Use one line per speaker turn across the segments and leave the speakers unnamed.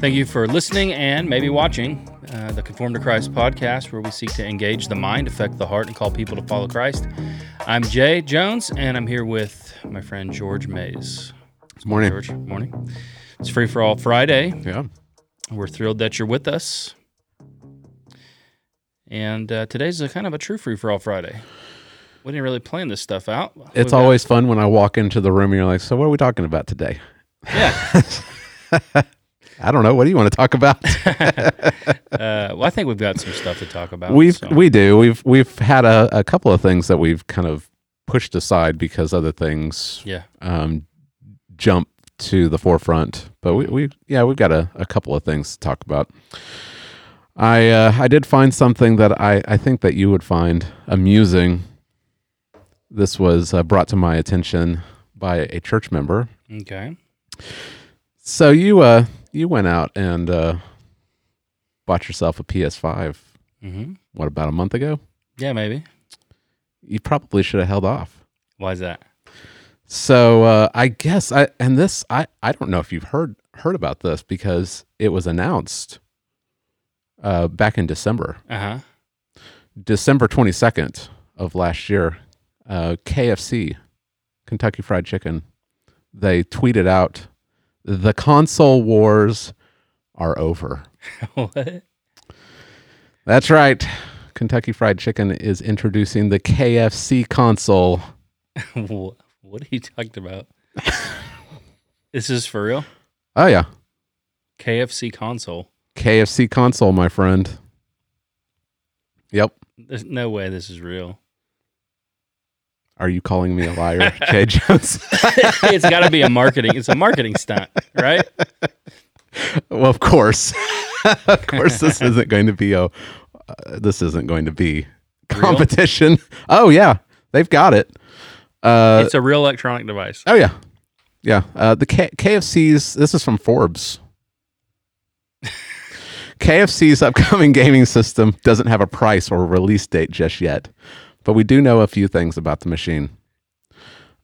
Thank you for listening and maybe watching uh, the Conform to Christ podcast, where we seek to engage the mind, affect the heart, and call people to follow Christ. I'm Jay Jones, and I'm here with my friend George Mays.
Good morning.
George, morning. It's Free for All Friday.
Yeah.
We're thrilled that you're with us. And uh, today's a kind of a true Free for All Friday. We didn't really plan this stuff out.
It's
We've got-
always fun when I walk into the room and you're like, so what are we talking about today?
yeah.
I don't know. What do you want to talk about?
Uh, well, I think we've got some stuff to talk about.
we've
so-
we do. We've we've had a, a couple of things that we've kind of pushed aside because other things
yeah.
um, jump to the forefront. But we, we yeah, we've got a, a couple of things to talk about. I uh, I did find something that I, I think that you would find amusing. This was uh, brought to my attention by a church member.
Okay.
So you uh you went out and uh bought yourself a PS5
hmm
what about a month ago?
Yeah, maybe.
You probably should have held off.
Why is that?
So uh I guess I and this I I don't know if you've heard heard about this because it was announced uh back in December.
Uh huh.
December 22nd of last year, uh, KFC, Kentucky Fried Chicken, they tweeted out, "The console wars are over."
what?
That's right. Kentucky Fried Chicken is introducing the KFC console.
Wha- what are you talking about? this is for real?
Oh yeah,
KFC console.
KFC console, my friend. Yep.
There's no way this is real.
Are you calling me a liar, Jay Jones?
it's got to be a marketing. It's a marketing stunt, right?
well, of course. of course this isn't going to be a uh, this isn't going to be
Real?
competition. Oh yeah, they've got it. Uh,
it's a real electronic device.
oh yeah. Yeah, uh, the K- KFC's this is from Forbes. KFC's upcoming gaming system doesn't have a price or release date just yet, but we do know a few things about the machine.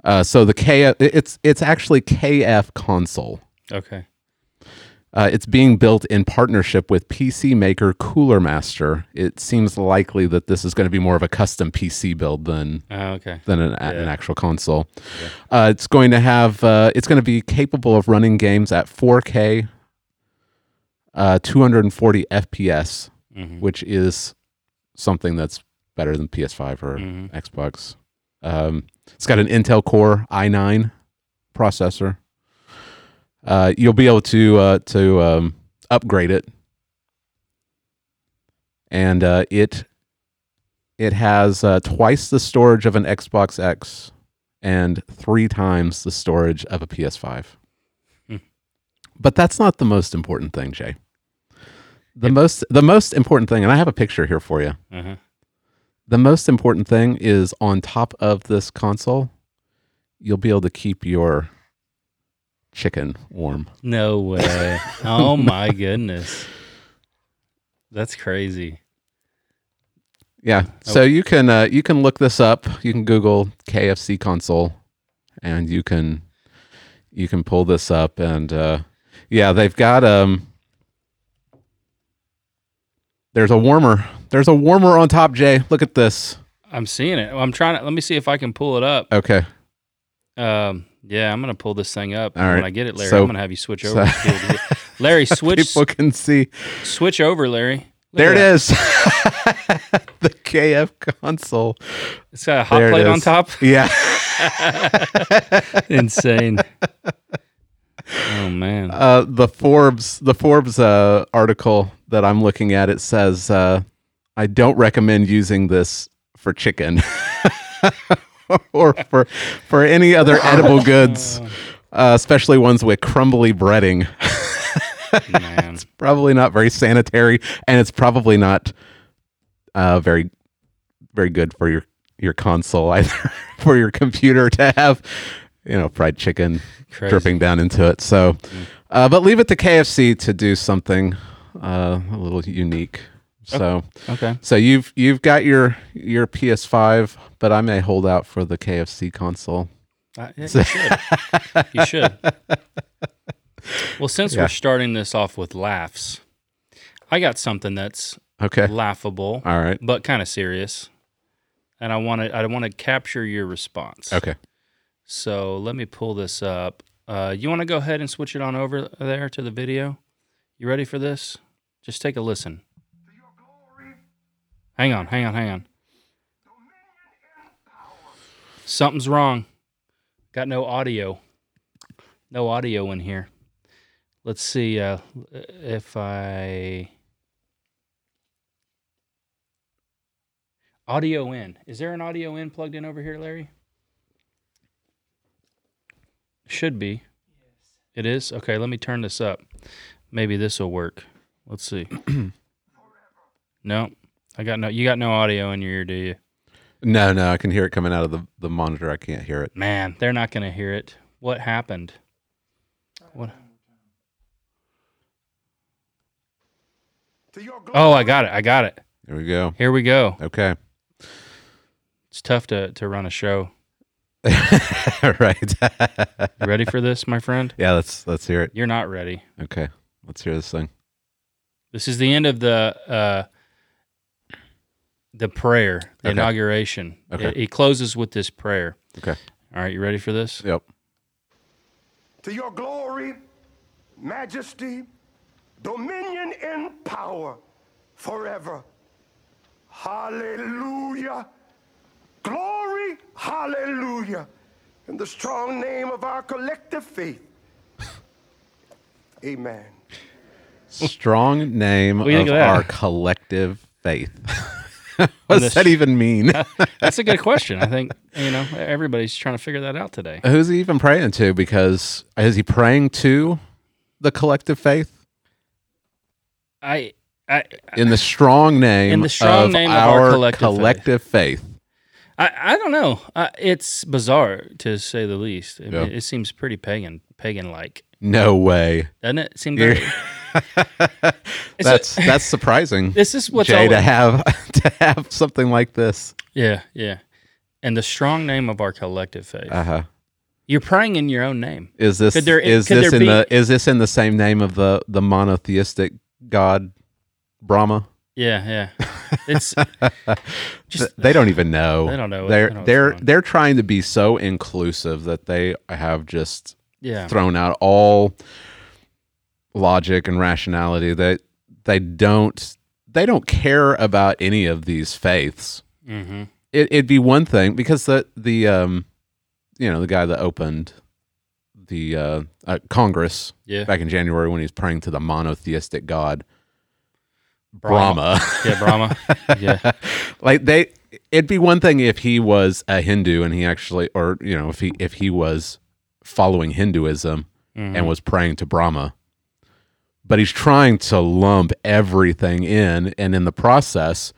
Uh, so the K it's it's actually KF console.
Okay.
Uh, it's being built in partnership with PC maker Cooler Master. It seems likely that this is going to be more of a custom PC build than
Oh, okay.
than an, an
Yeah.
actual console. Uh, it's going to have uh, it's going to be capable of running games at 4K, uh, 240 FPS,
hmm
which is something that's better than PS5 or
Mhm.
Mm-hmm. Xbox. Um, it's got an Intel Core i9 processor. Uh, you'll be able to uh, to um, upgrade it, and uh, it it has uh, twice the storage of an Xbox X and three times the storage of a PS5.
Hmm.
But that's not the most important thing, Jay. The most the most important thing, and I have a picture here for you
Uh-huh.
the most important thing is on top of this console, you'll be able to keep your chicken warm.
No way. oh my goodness. That's crazy.
Yeah. So you can uh, you can look this up. You can Google KFC console, and you can you can pull this up. And uh, yeah, they've got um. There's a warmer. There's a warmer on top, Jay. Look at this.
I'm seeing it. I'm trying to. Let me see if I can pull it up.
Okay.
Um, yeah, I'm gonna pull this thing up
All right.
when I get it, Larry.
So-
I'm gonna have you switch over.
so-
to be able to get- Larry, switch
People can see.
switch over, Larry.
There it
it is.
is. the KF console.
It's got a hot
There it
plate on
is.
top.
Yeah.
Insane. Oh man.
Uh, the Forbes the Forbes uh, article that I'm looking at it says uh, I don't recommend using this for chicken or for for any other edible goods, uh, especially ones with crumbly breading.
man.
Probably not very sanitary, and it's probably not uh, very very good for your your console either for your computer to have you know fried chicken
Crazy.
dripping down into it. So, uh, but leave it to KFC to do something uh, a little unique. So,
Okay.
so you've you've got your your PS5, but I may hold out for the KFC console.
Uh, yeah, you should. You should. Well, since
Yeah.
we're starting this off with laughs, I got something that's
Okay.
laughable
All right.
but kind of serious, and I want to I want to capture your response.
Okay.
So let me pull this up. Uh, you want to go ahead and switch it on over there to the video? You ready for this? Just take a listen. Hang on, hang on, hang on. Something's wrong. Got no audio. No audio in here. Let's see uh, if I. Audio in. Is there an audio in plugged in over here, Larry? Should be. It is? Okay, let me turn this up. Maybe this will work. Let's see. no. I got no you got no audio in your ear, do you?
No, no, I can hear it coming out of the, the monitor. I can't hear it.
Man, they're not gonna hear it. What happened? What Oh I got it. I got it.
There we go.
Here we go.
Okay.
It's tough to, to run a show.
All right.
You ready for this, my friend?
yeah, let's let's hear it.
You're not ready.
Okay. Let's hear this thing.
This is the end of the uh, the prayer, the
Okay.
inauguration.
Okay.
It- He closes with this prayer.
Okay.
All right, you ready for this?
Yep.
To your glory, majesty, dominion, and power forever. Hallelujah. Glory, hallelujah. In the strong name of our collective faith. Amen.
Strong name
do you
of
think of that?
our collective faith. what
And the
does that
sh-
even mean?
That's a good question. I think you know everybody's trying to figure that out today.
Who's he even praying to? Because is he praying to the collective faith?
I, I,
in the strong name
In the strong
of,
name of
our,
our collective
collective faith.
I, I don't know. Uh, it's bizarre to say the least. I mean,
Yeah.
It seems pretty pagan, pagan like,
No way.
doesn't it? Seem
You're-
very, It's a-
that's that's surprising.
this is what's
Jay to
always-
have to have something like this.
yeah, yeah. And the strong name of our collective faith.
Uh huh.
You're praying in your own name.
Is this
Could there-
is
could
this
there
in
be-
the is this in the same name of the the monotheistic god Brahma?
Yeah, yeah. It's just
They don't even know.
They don't know.
They're
They don't know what's
they're
going on.
they're trying to be so inclusive that they have just
yeah.
thrown out all logic and rationality that they don't they don't care about any of these faiths
Mm-hmm.
it, it'd be one thing because the the um you know the guy that opened the uh, uh congress
Yeah.
back in january when he was praying to the monotheistic god brahma,
Yeah, Brahma. yeah.
like they it'd be one thing if he was a hindu and he actually or you know if he if he was following hinduism
Mhm.
and was praying to Brahma. But he's trying to lump everything in, and in the process,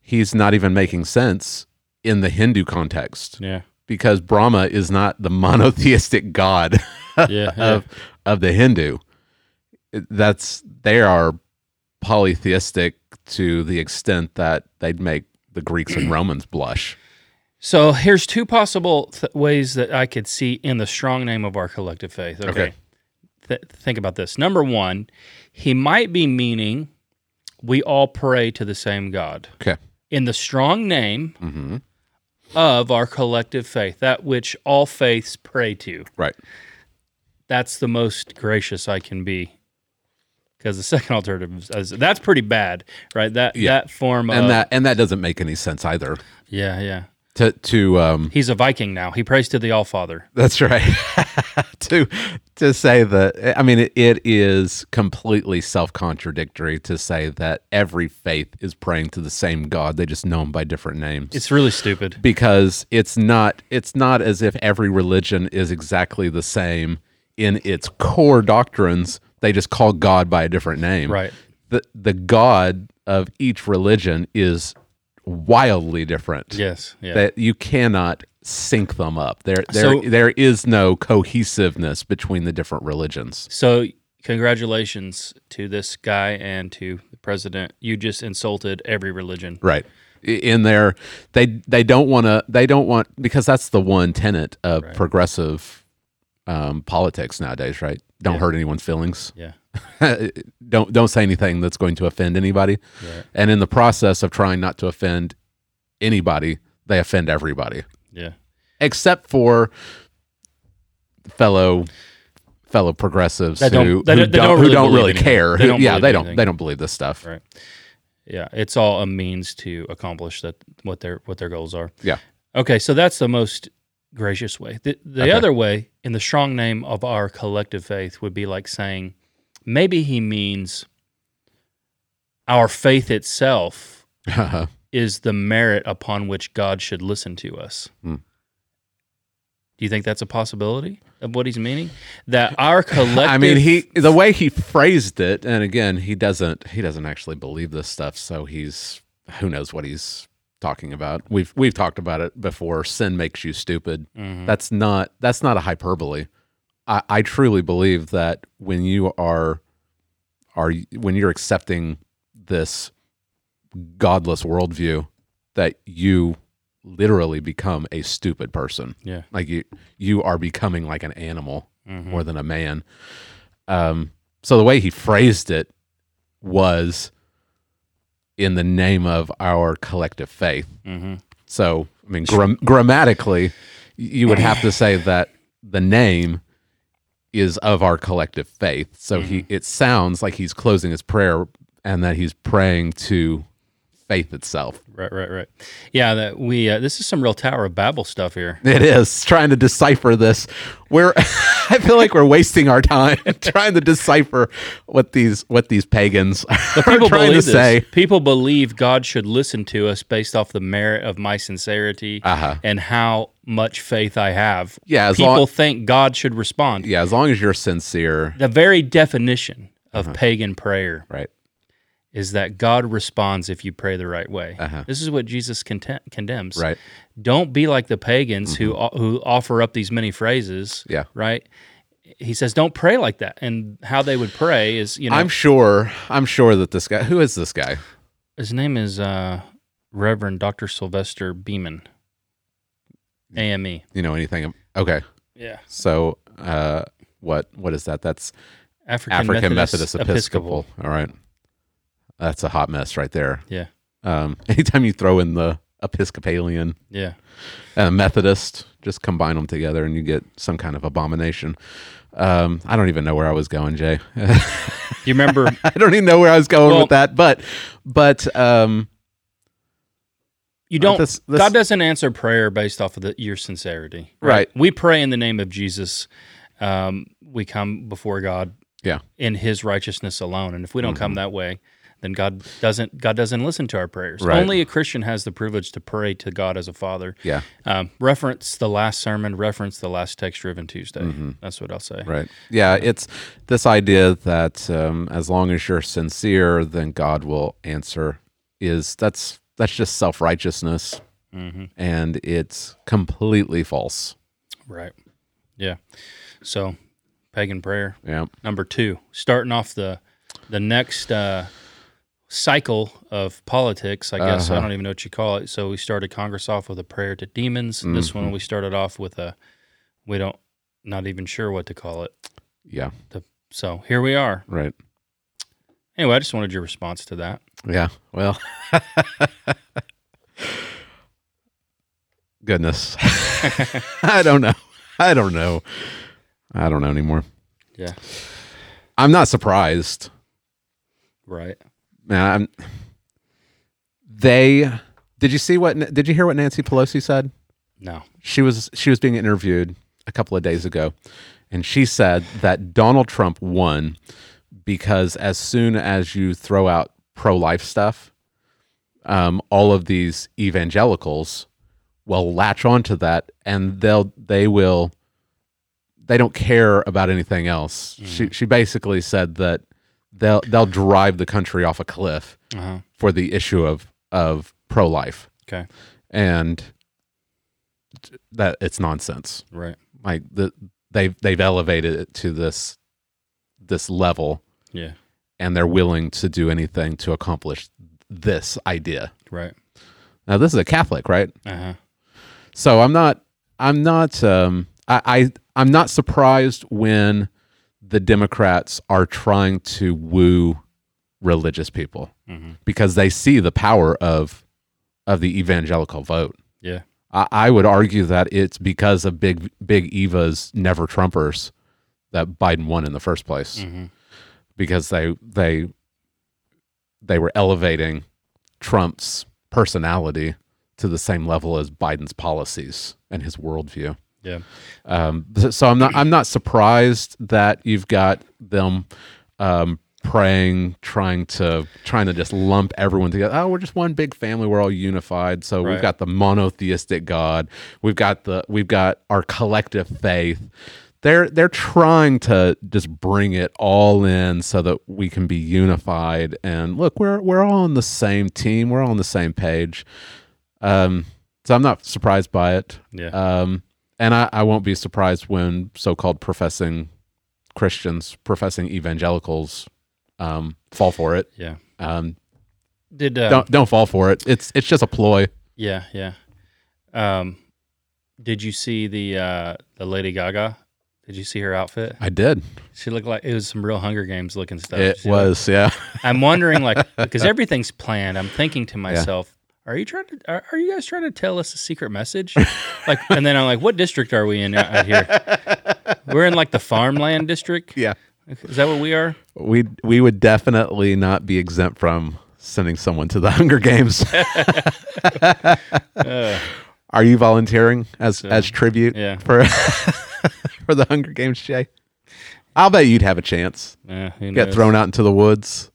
he's not even making sense in the Hindu context
Yeah.
because Brahma is not the monotheistic god
Yeah. yeah.
of of the Hindu. It- That's they are polytheistic to the extent that they'd make the Greeks and Romans blush.
So here's two possible th- ways that I could see in the strong name of our collective faith. Okay.
Okay.
Th- think about this. Number one, he might be meaning we all pray to the same God
Okay.
in the strong name
Mm-hmm.
of our collective faith, that which all faiths pray to.
Right.
That's the most gracious I can be. Because the second alternative is that's pretty bad, right? That
Yeah.
that form
And
of
that and that doesn't make any sense either.
yeah, yeah.
To to um
He's a Viking now. He prays to the All Father.
That's right. to to say that I mean it, it is completely self-contradictory to say that every faith is praying to the same God. They just know him by different names.
It's really stupid.
because it's not it's not as if every religion is exactly the same in its core doctrines. They just call God by a different name.
Right.
The the God of each religion is wildly different
Yes. Yeah.
that you cannot sync them up. There, there,
So-
there is no cohesiveness between the different religions.
so, congratulations to this guy and to the president. You just insulted every religion.
Right. In there, they they don't want to. They don't want because that's the one tenet of progressive um, politics nowadays, right? Don't
Yeah.
hurt anyone's feelings.
Yeah.
don't don't say anything that's going to offend anybody.
Right.
And in the process of trying not to offend anybody, they offend everybody
Yeah.
except for fellow fellow progressives
That don't-
who,
that
who
don't-
don't,
they don't really
who don't
believe
really
anything.
care.
They
Who-
don't
yeah,
believe
they don't
anything.
they don't believe this stuff.
Right. Yeah. It's all a means to accomplish that what their what their goals are.
Yeah.
Okay, so that's the most gracious way. The, the
Okay.
other way, in the strong name of our collective faith, would be like saying, maybe he means our faith itself
Uh-huh.
is the merit upon which God should listen to us.
Hmm.
Do you think that's a possibility of what he's meaning? That our collective.
I mean, he the way he phrased it, and again, he doesn't he doesn't actually believe this stuff, so he's who knows what he's talking about. We've we've talked about it before. Sin makes you stupid.
Mhm.
That's not that's not a hyperbole. I, I truly believe that when you are are when you're accepting this godless worldview, that you literally become a stupid person.
Yeah.
Like you you are becoming like an animal
Mhm.
more than a man. Um, so the way he phrased it was in the name of our collective faith.
Mhm.
So, I mean, gram- grammatically, you would have to say that the name is of our collective faith. So he, it sounds like he's closing his prayer and that he's praying to faith itself.
Right, right, right. Yeah, that we. Uh, this is some real Tower of Babel stuff here.
It is trying to decipher this. We're I feel like we're wasting our time trying to decipher what these what these pagans are
People
trying
believe this.
to say.
People believe God should listen to us based off the merit of my sincerity
Uh-huh.
and how much faith I have.
Yeah, as
people
long-
think God should respond.
Yeah, as long as you're sincere,
The very definition of
Uh-huh.
pagan prayer
right?
is that God responds if you pray the right way. This is what Jesus conte- condemns.
Uh-huh. Right. Mm-hmm.
Don't be like the pagans who o- who offer up these many phrases.
Yeah.
Right. He says, "Don't pray like that." And how they would pray is, you know,
I'm sure. I'm sure that this guy. Who is this guy?
his name is uh, Reverend Doctor Sylvester Beeman, E. AME.
You know anything? ab- Okay,
Yeah.
so uh, what what is that? That's
African,
African Methodist,
Episcopal.
Episcopal. All right, that's a hot mess right there.
Yeah.
Um, anytime you throw in the Episcopalian
Yeah.
and a Methodist. Just combine them together, and you get some kind of abomination. Um, I don't even know where I was going, Jay.
Do you remember?
I don't even know where I was going
Well-
with that, but but um,
You don't.
this- this-
God doesn't answer prayer based off of the, your sincerity.
Right.
We pray in the name of Jesus. Um, we come before God
yeah,
in His righteousness alone, and if we don't come
Mm-hmm.
that way, then God doesn't. God doesn't listen to our prayers.
Right.
Only a Christian has the privilege to pray to God as a Father.
yeah,
Um, reference the last sermon. Reference the last text-driven Tuesday. That's what I'll say.
right, yeah. It's this idea that um, as long as you're sincere, then God will answer. Is that's that's just self righteousness, and it's completely false.
Right. Yeah. So, pagan prayer.
Yeah,
number two, starting off the the next uh, cycle of politics. I guess I don't even know what you call it. So we started Congress off with a prayer to demons. This one we started off with a we don't not even sure what to call it.
yeah,
The, so here we are.
right.
Anyway, I just wanted your response to that.
Yeah. Well. Goodness. I don't know. I don't know. I don't know anymore.
Yeah.
I'm not surprised.
Right.
Man, I'm, they did you see what did you hear what Nancy Pelosi said?
No.
She was she was being interviewed a couple of days ago and she said that Donald Trump won because as soon as you throw out pro-life stuff, um, all of these evangelicals will latch onto that and they'll they will they don't care about anything else. She she basically said that they'll they'll drive the country off a cliff
Uh huh.
for the issue of of pro life
Okay.
and that it's nonsense.
Right.
Like the they've they've elevated it to this this level
Yeah.
and they're willing to do anything to accomplish this idea.
Right. Uh-huh.
Now this is a Catholic, right?
Uh huh.
So I'm not I'm not um I I, I'm not surprised when the Democrats are trying to woo religious people
Mm-hmm.
because they see the power of of the evangelical vote.
Yeah.
I, I would argue that it's because of big big Eva's never Trumpers that Biden won in the first place because they they they were elevating Trump's personality to the same level as Biden's policies and his worldview.
Yeah.
Um, th- so I'm not I'm not surprised that you've got them um, praying, trying to trying to just lump everyone together. Oh, we're just one big family. We're all unified. So
Right.
we've got the monotheistic God. We've got the we've got our collective faith. They're they're trying to just bring it all in so that we can be unified. And look, we're we're all on the same team. We're all on the same page. Um, so I'm not surprised by it.
Yeah.
Um, and I, I won't be surprised when so called professing Christians, professing evangelicals, um, fall for it.
yeah.
Um,
Did uh,
Don't don't fall for it. It's it's just a ploy.
yeah yeah. Um, did you see the uh the Lady Gaga? Did you see her outfit?
I did.
She looked like it was some real Hunger Games looking stuff.
it
She looked-
was yeah.
I'm wondering, like, because everything's planned. I'm thinking to myself, are you trying to? Are, are you guys trying to tell us a secret message? like, and then I'm like, what district are we in out out here? We're in like the farmland district.
Yeah.
Is that what we are?
We we would definitely not be exempt from sending someone to the Hunger Games. Are you volunteering as as tribute
yeah.
for for the Hunger Games, Jay? I'll bet you'd have a chance.
Eh, who
Get
knows?
thrown out into the woods.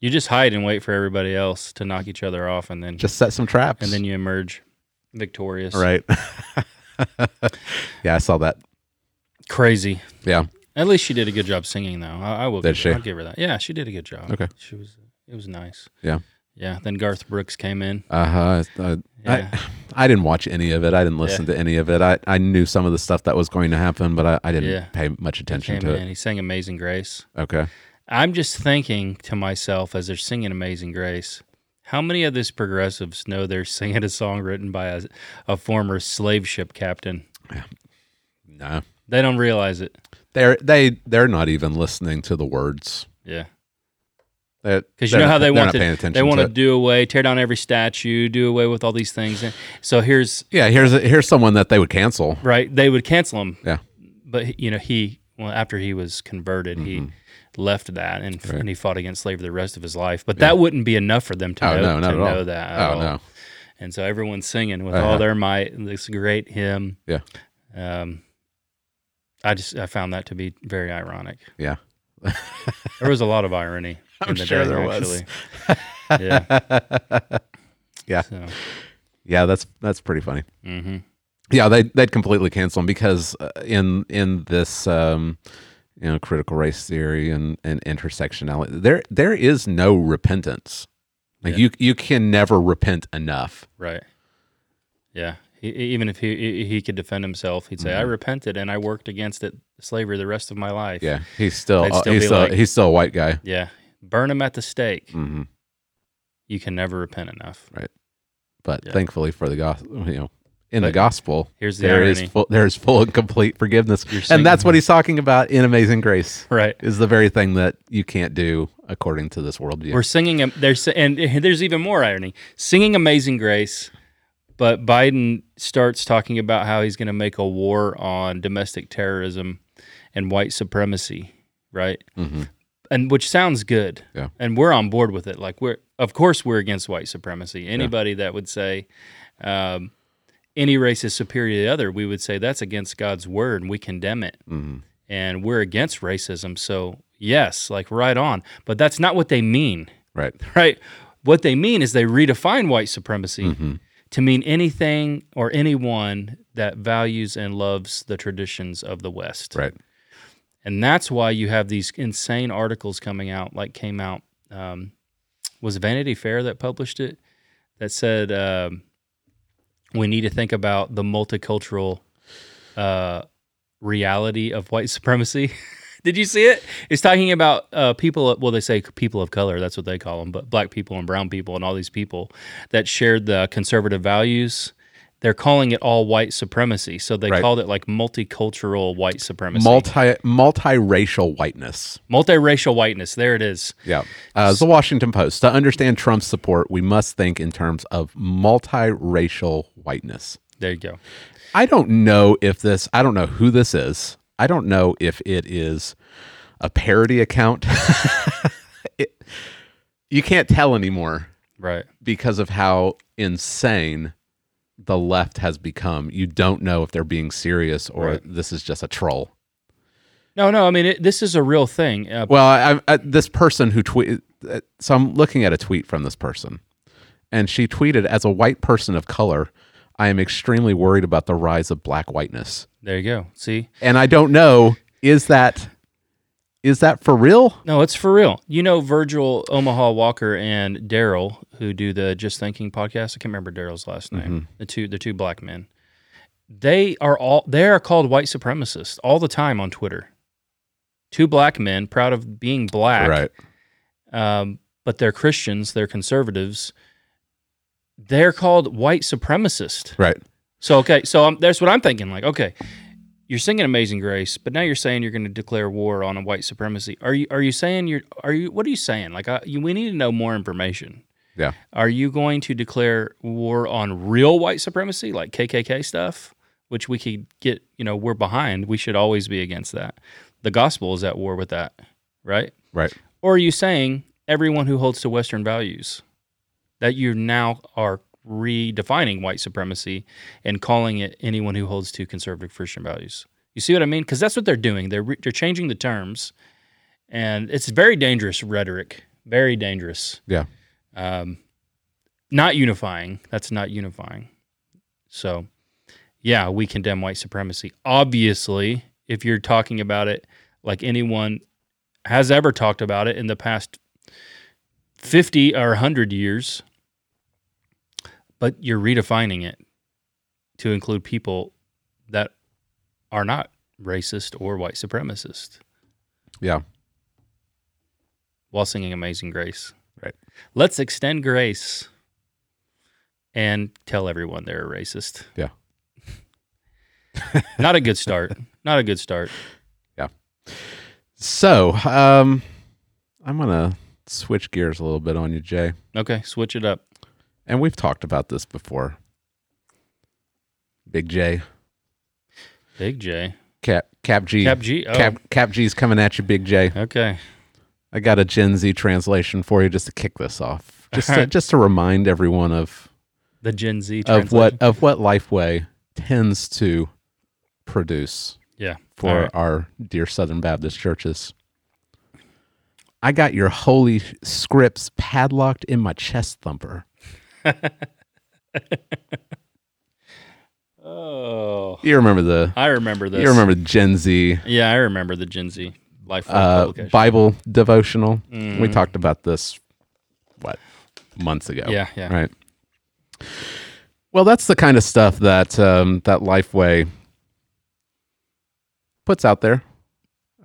You just hide and wait for everybody else to knock each other off, and then
Just set some traps.
and then you emerge victorious.
Right. yeah, I saw that.
Crazy.
Yeah.
At least she did a good job singing, though. I, I will.
Did
give-
she?
I'll give her that. Yeah, she did a good job.
Okay.
She was. It was nice.
Yeah.
Yeah. Then Garth Brooks came in.
Uh huh. I,
Yeah.
I, I didn't watch any of it. I didn't listen to any of it. I, I knew some of the stuff that was going to happen, but I, I didn't
Yeah.
pay much attention
Came
to it.
in. He sang "Amazing Grace."
Okay.
I'm just thinking to myself as they're singing Amazing Grace, how many of these progressives know they're singing a song written by a, a former slave ship captain?
No.
They don't realize it.
They're they they're not even listening to the words.
Yeah.
Because
Because you know how they
they're
want
not
to,
paying attention
they want to,
to it.
do away, tear down every statue, do away with all these things. And so here's
Yeah, here's a, here's someone that they would cancel.
right, they would cancel him,
Yeah.
but you know he, well, after he was converted, he
Mm-hmm.
left that and, and he fought against slavery the rest of his life. But that wouldn't be enough for them to
Oh
know,
no, not
to
at all.
know that. at
oh
all.
no.
And so everyone's singing with
Uh-huh.
all their might this great hymn.
Yeah.
Um, I just I found that to be very ironic.
Yeah.
There was a lot of irony. in the
sure
day,
there was.
actually. was. yeah.
Yeah.
So,
Yeah, that's that's pretty funny.
mhm.
Yeah, they they'd completely cancel them because uh, in in this um, you know critical race theory and, and intersectionality, there there is no repentance. Like
Yeah.
you you can never repent enough.
Right. Yeah. He, e- even if he he- he could defend himself, he'd say, "I repented and I worked against it, slavery the rest of my life."
Yeah, he's still,
They'd still
he's
be
still
like-
he's still a white guy.
Yeah. Burn him at the stake.
hmm
You can never repent enough.
But
Yeah.
thankfully for the gospel, you know, in the
But
gospel,
Here's the
there is
irony.
full, there is full and complete forgiveness,
You're singing-
and that's what he's talking about in Amazing Grace.
Right.
Is the very thing that you can't do according to this worldview.
We're singing um, there's and there's even more irony. Singing Amazing Grace, but Biden starts talking about how he's going to make a war on domestic terrorism and white supremacy, right?
Mhm.
And which sounds good.
Yeah.
And we're on board with it. Like we're of course we're against white supremacy. Anybody that would say um, any race is superior to the other, we would say that's against God's word and we condemn it
Mhm.
and we're against racism. So, yes, like right on. But that's not what they mean,
Right.
right? What they mean is they redefine white supremacy to mean anything or anyone that values and loves the traditions of the West.
Right.
And that's why you have these insane articles coming out, like came out, um, was Vanity Fair that published it, that said, um, we need to think about the multicultural uh, reality of white supremacy. Did you see it? It's talking about uh, people. Well, they say people of color. That's what they call them. But black people and brown people and all these people that shared the conservative values they're calling it all white supremacy. So they
Right.
called it like multicultural white supremacy,
multi multiracial whiteness.
multiracial whiteness. There it is.
Yeah, uh, it's the Washington Post. To understand Trump's support, we must think in terms of multiracial whiteness.
There you go.
I don't know if this, I don't know who this is. I don't know if it is a parody account. It- you can't tell anymore
Right.
because of how insane the left has become. You don't know if they're being serious or
Right.
this is just a troll.
No, no. I mean, it, this is a real thing. Uh,
Well, I, I, this person who tweet, uh, so I'm looking at a tweet from this person, and she tweeted, "As a white person of color, I am extremely worried about the rise of black whiteness."
there you go. See,
and I don't know is that is that for real?
No, it's for real. You know Virgil Omaha Walker and Daryl, who do the Just Thinking podcast. I can't remember Daryl's last name. The two the two black men. They are all they are called white supremacists all the time on Twitter. Two black men proud of being black, um, but they're Christians, they're conservatives. They're called white supremacists.
right.
So okay, so um, that's what I'm thinking. Like, okay, you're singing Amazing Grace, but now you're saying you're going to declare war on a white supremacy. Are you? Are you saying you're? Are you? What are you saying? Like, I, you, we need to know more information.
Yeah.
Are you going to declare war on real white supremacy, like KKK stuff, which we could get? You know, we're behind. We should always be against that. The gospel is at war with that, right?
Right.
Or are you saying everyone who holds to Western values that you now are redefining white supremacy and calling it anyone who holds to conservative Christian values? You see what I mean? Because that's what they're doing. They're re- they're changing the terms, and it's very dangerous rhetoric. Very dangerous.
Yeah.
Um, not unifying. That's not unifying. So, yeah, we condemn white supremacy. Obviously, if you're talking about it like anyone has ever talked about it in the past 50 or 100 years, but you're redefining it to include people that are not racist or white supremacist
Yeah.
while singing Amazing Grace.
Right.
Let's extend grace and tell everyone they're a racist.
Yeah.
Not a good start. Not a good start.
So, um I'm going to switch gears a little bit on you, Jay.
Okay, switch it up.
And we've talked about this before. Big J.
Big J.
Cap Cap G.
Cap G. Oh,
Cap, Cap G's coming at you, Big J.
Okay.
I got a Gen Z translation for you just to kick this off. Just to,
Alright.
just to remind everyone of
The Gen Z
of
translation.
what of what Lifeway tends to produce.
Yeah.
for
All right.
our dear Southern Baptist churches. I got your holy scripts padlocked in my chest thumper.
Oh,
You remember the
I remember this.
you remember Gen Z
Yeah, I remember the Gen Z life
uh,
publication. Mm.
Bible devotional. We talked about this what months ago.
Yeah, yeah.
Right. Well, that's the kind of stuff that um, that Lifeway puts out there.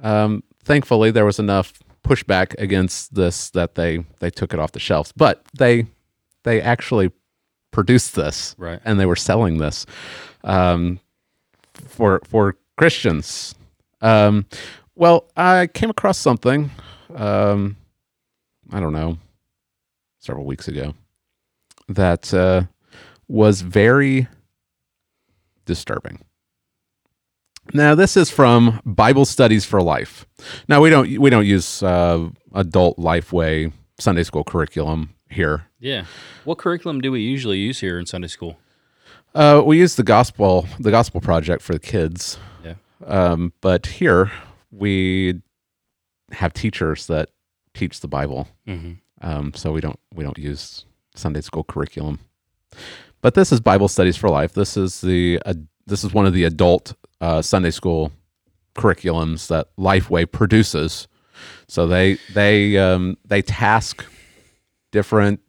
Um, thankfully, there was enough pushback against this that they they took it off the shelves. But they they actually produced this,
Right.
And they were selling this um, for for Christians. Um, well, I came across something. Um, I don't know, several weeks ago, that uh, was very disturbing. Now, this is from Bible Studies for Life. Now, we don't we don't use uh, adult Lifeway Sunday school curriculum here.
Yeah. What curriculum do we usually use here in Sunday school?
Uh, we use the gospel the gospel project for the kids.
Yeah.
Um, but here we have teachers that teach the Bible.
Mm-hmm.
um, so we don't we don't use Sunday school curriculum. But this is Bible Studies for Life. This is the uh, this is one of the adult uh, Sunday school curriculums that Lifeway produces. So they they um, they task different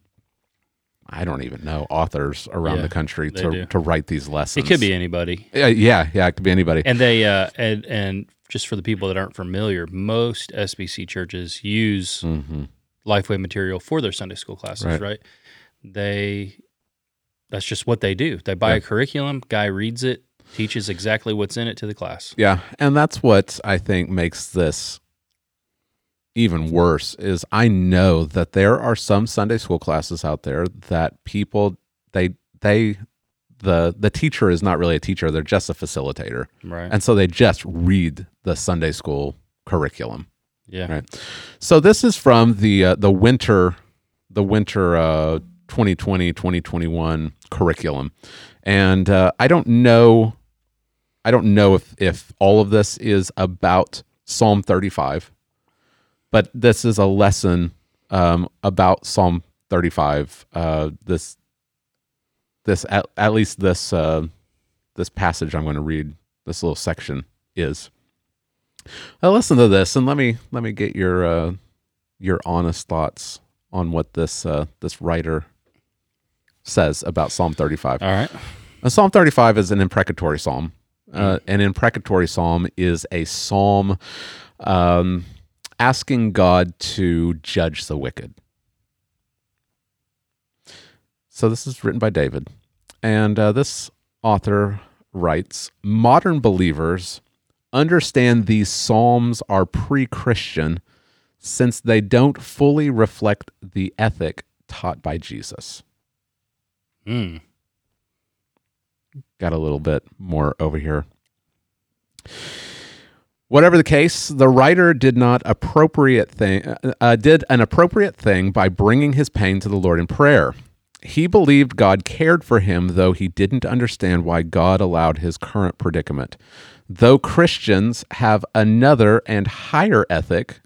I don't even know authors around
Yeah,
the country
they
to
do.
to write these lessons.
It could be anybody.
Uh, yeah yeah it could be anybody.
And they uh, and and just for the people that aren't familiar, most SBC churches use
Mhm.
Lifeway material for their Sunday school classes,
Right.
right? They that's just what they do. They buy
Yeah.
a curriculum, guy reads it, teaches exactly what's in it to the class.
Yeah, and that's what I think makes this even worse is I know that there are some Sunday school classes out there that people they they the the teacher is not really a teacher, they're just a facilitator.
Right.
And so they just read the Sunday school curriculum.
yeah.
Right. So this is from the uh, the winter the winter uh 2020 2021 curriculum. And uh, I don't know I don't know if if all of this is about Psalm 35. But this is a lesson um, about Psalm 35 uh, this this at, at least this uh, this passage I'm going to read this little section is now listen to this, and let me let me get your uh, your honest thoughts on what this uh, this writer says about Psalm 35.
All right.
Now, psalm 35 is an imprecatory psalm. Uh, an imprecatory psalm is a psalm um, asking God to judge the wicked. So, this is written by David. And uh, this author writes Modern believers understand these psalms are pre Christian since they don't fully reflect the ethic taught by Jesus.
Mm.
got a little bit more over here. Whatever the case, the writer did not appropriate thing uh, uh, did an appropriate thing by bringing his pain to the Lord in prayer. He believed God cared for him, though he didn't understand why God allowed his current predicament. Though Christians have another and higher ethic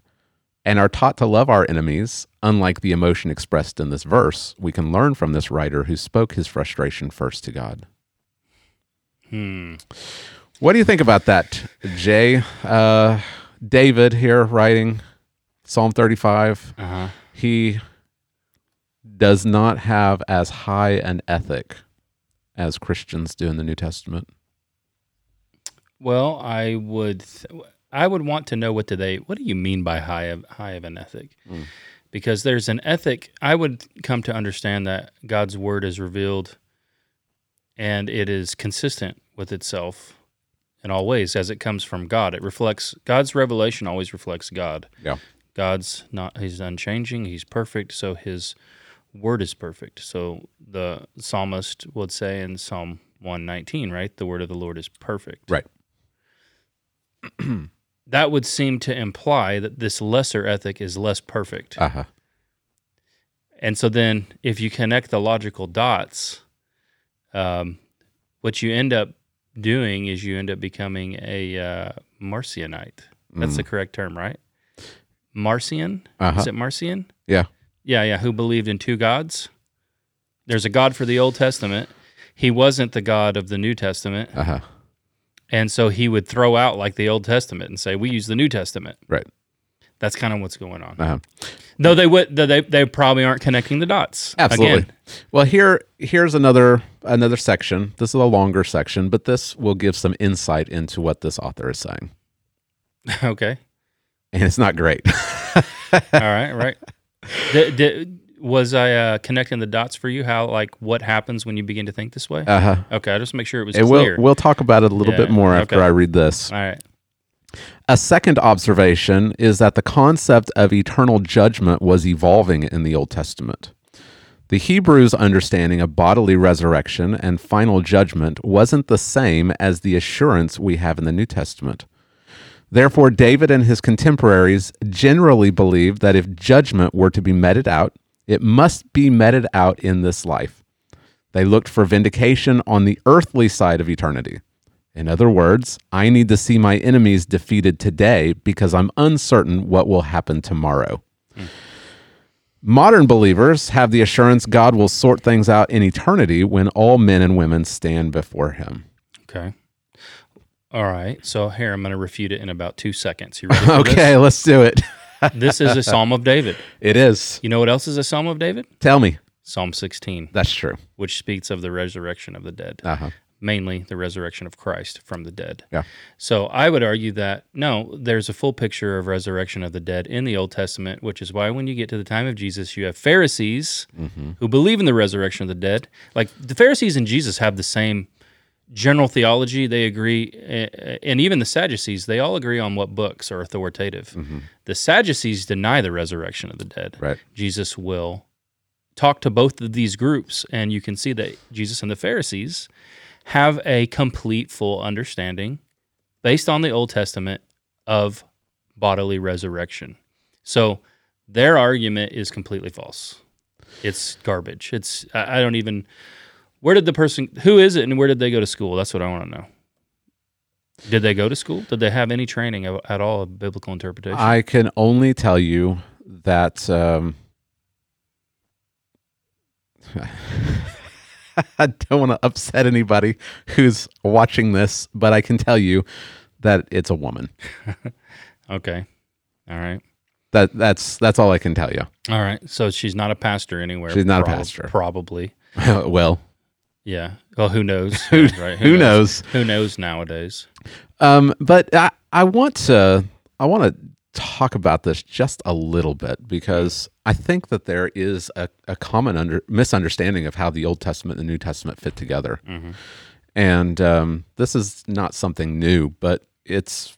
and are taught to love our enemies, unlike the emotion expressed in this verse, we can learn from this writer who spoke his frustration first to God. What do you think about that, Jay? Uh, David here writing Psalm 35.
Uh-huh.
He does not have as high an ethic as Christians do in the New Testament.
Well, I would th- I would want to know what do they what do you mean by high of high of an ethic? Because there's an ethic I would come to understand that God's word is revealed and it is consistent with itself in all ways as it comes from God. It reflects God's revelation always reflects God.
Yeah.
God's not he's unchanging, he's perfect, so his word is perfect. So the psalmist would say in Psalm 119, right? The word of the Lord is perfect.
Right.
That would seem to imply that this lesser ethic is less perfect.
Uh huh.
And so then if you connect the logical dots, um, what you end up doing is you end up becoming a uh, Marcionite. That's the correct term, right? Marcion?
Uh-huh.
Is it Marcion?
Yeah.
Yeah, yeah, who believed in two gods. There's a God for the Old Testament. He wasn't the God of the New Testament.
Uh huh.
And so he would throw out like the Old Testament and say, we use the New Testament.
Right.
That's kind of what's going on.
Uh huh.
Though they would, though they, they probably aren't connecting the dots.
Absolutely.
Again,
Well, here here's another another section. This is a longer section, but this will give some insight into what this author is saying,
okay.
and it's not great.
All right. Right. D- d- was I uh, connecting the dots for you? How like what happens when you begin to think this way?
Uh huh.
okay. I just make sure it was
And we'll
clear.
we'll talk about it a little
Yeah,
bit more after
okay.
I read this.
All right.
A second observation is that the concept of eternal judgment was evolving in the Old Testament. The Hebrews' understanding of bodily resurrection and final judgment wasn't the same as the assurance we have in the New Testament. Therefore, David and his contemporaries generally believed that if judgment were to be meted out, it must be meted out in this life. They looked for vindication on the earthly side of eternity. In other words, I need to see my enemies defeated today because I'm uncertain what will happen tomorrow. Modern believers have the assurance God will sort things out in eternity when all men and women stand before him.
Okay. All right. So here I'm going to refute it in about two seconds. You ready? For
Okay, let's do it.
This? this is a Psalm of David.
It is.
You know what else is a Psalm of David?
Tell me.
Psalm 16,
That's true.
which speaks of the resurrection of the dead.
Uh-huh.
mainly the resurrection of Christ from the dead.
Yeah.
So I would argue that no, there's a full picture of resurrection of the dead in the Old Testament, which is why when you get to the time of Jesus, you have Pharisees who believe in the resurrection of the dead. Like the Pharisees and Jesus have the same general theology. They agree, eh, and even the Sadducees, they all agree on what books are authoritative. The Sadducees deny the resurrection of the dead.
Right.
Jesus will talk to both of these groups, and you can see that Jesus and the Pharisees have a complete, full understanding based on the Old Testament of bodily resurrection. So their argument is completely false. It's garbage. It's I I don't even. Where did the person? Who is it, and where did they go to school? That's what I want to know. Did they go to school? Did they have any training of- at all of biblical interpretation?
I can only tell you that. Um, I don't want to upset anybody who's watching this, but I can tell you that it's a woman.
okay, all right,
That that's that's all I can tell you.
all right. So she's not a pastor anywhere.
She's not a pastor.
probably.
well,
Yeah. Well, who knows? right?
who knows?
Who knows nowadays?
Um, but I, I want to I want to talk about this just a little bit because I think that there is a, a common under, misunderstanding of how the Old Testament and the New Testament fit together,
Mm-hmm.
and um, this is not something new, but it's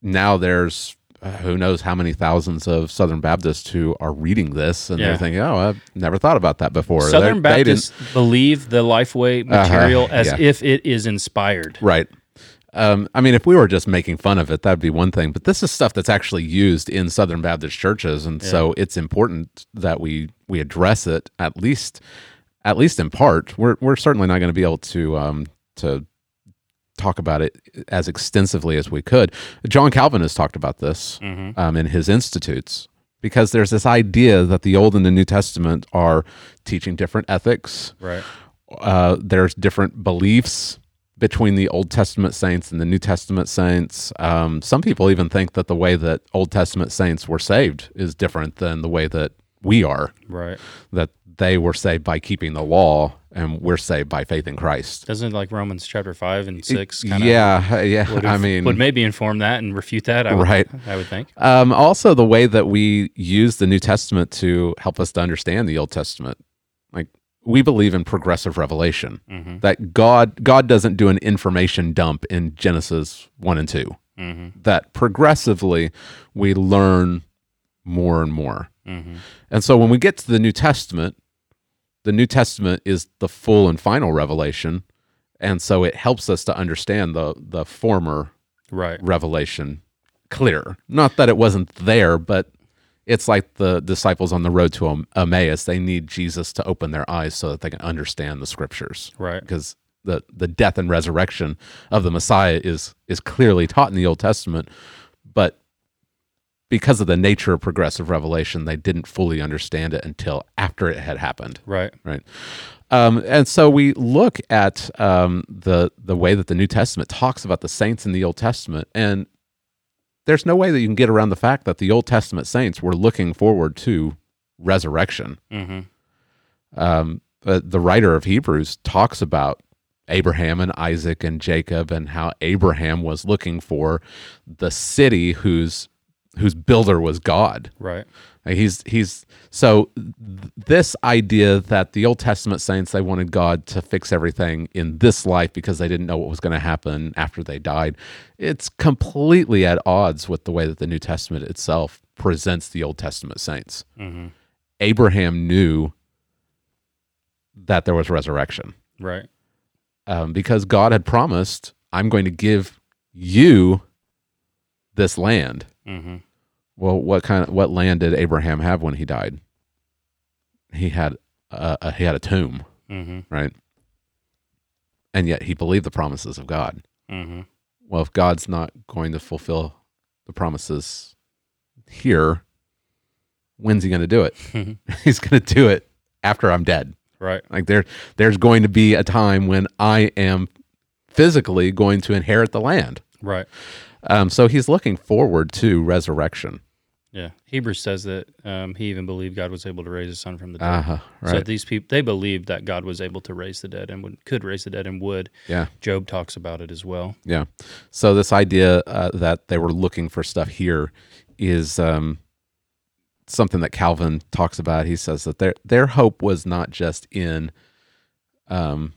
now there's. uh, who knows how many thousands of Southern Baptists who are reading this and
Yeah.
they're thinking, "Oh, I've never thought about that before." They-
Southern
they didn't- Uh-huh.
Baptists believe the Lifeway material as
yeah.
if it is inspired.
Right. Um, I mean, if we were just making fun of it, that'd be one thing. But this is stuff that's actually used in Southern Baptist churches, and so it's important that we we address it at least, at least in part. We're we're certainly not going to be able to um, to talk about it as extensively as we could. John Calvin has talked about this um, in his institutes because there's this idea that the Old and the New Testament are teaching different ethics
Right.
uh, there's different beliefs between the Old Testament saints and the New Testament saints. Um, some people even think that the way that Old Testament saints were saved is different than the way that we are,
Right.
that they were saved by keeping the law and we're saved by faith in Christ.
Doesn't like Romans chapter five and six kind of
yeah, yeah. I mean,
would maybe inform that and refute that. I would,
Right.
I would think.
Um, also, the way that we use the New Testament to help us to understand the Old Testament, like we believe in progressive revelation, that God God doesn't do an information dump in Genesis one and 2 That progressively we learn more and more, and so when we get to the New Testament, the New Testament is the full and final revelation, and so it helps us to understand the the former
Right.
revelation clear. Not that it wasn't there, but it's like the disciples on the road to Em- Emmaus. They need Jesus to open their eyes so that they can understand the scriptures.
Right.
Because the, the death and resurrection of the Messiah is is clearly taught in the Old Testament, but because of the nature of progressive revelation, they didn't fully understand it until after it had happened
Right.
right um, and so we look at um, the the way that the New Testament talks about the saints in the Old Testament, and there's no way that you can get around the fact that the Old Testament saints were looking forward to resurrection.
Mm-hmm.
Um, but the writer of Hebrews talks about Abraham and Isaac and Jacob, and how Abraham was looking for the city whose whose builder was God.
Right.
Like, Uh, He's he's so th- this idea that the Old Testament saints they wanted God to fix everything in this life because they didn't know what was going to happen after they died. It's completely at odds with the way that the New Testament itself presents the Old Testament saints.
Mm-hmm.
Abraham knew that there was resurrection
Right.
um, because God had promised, "I'm going to give you this land."
Mm-hmm.
Well, what kind of what land did Abraham have when he died? He had a, a he had a tomb,
Mm-hmm.
right? And yet he believed the promises of God.
Mm-hmm.
Well, if God's not going to fulfill the promises here, when's he going to do it? He's going to do it after I'm dead.
Right.
Like there there's going to be a time when I am physically going to inherit the land.
Right.
Um, so he's looking forward to resurrection.
Yeah. Hebrews says that um, he even believed God was able to raise his son from the dead.
Uh huh.
So
Right.
these people, they believed that God was able to raise the dead and would, could raise the dead and would.
yeah.
Job talks about it as well.
Yeah. So this idea uh, that they were looking for stuff here is um, something that Calvin talks about. He says that their their hope was not just in um,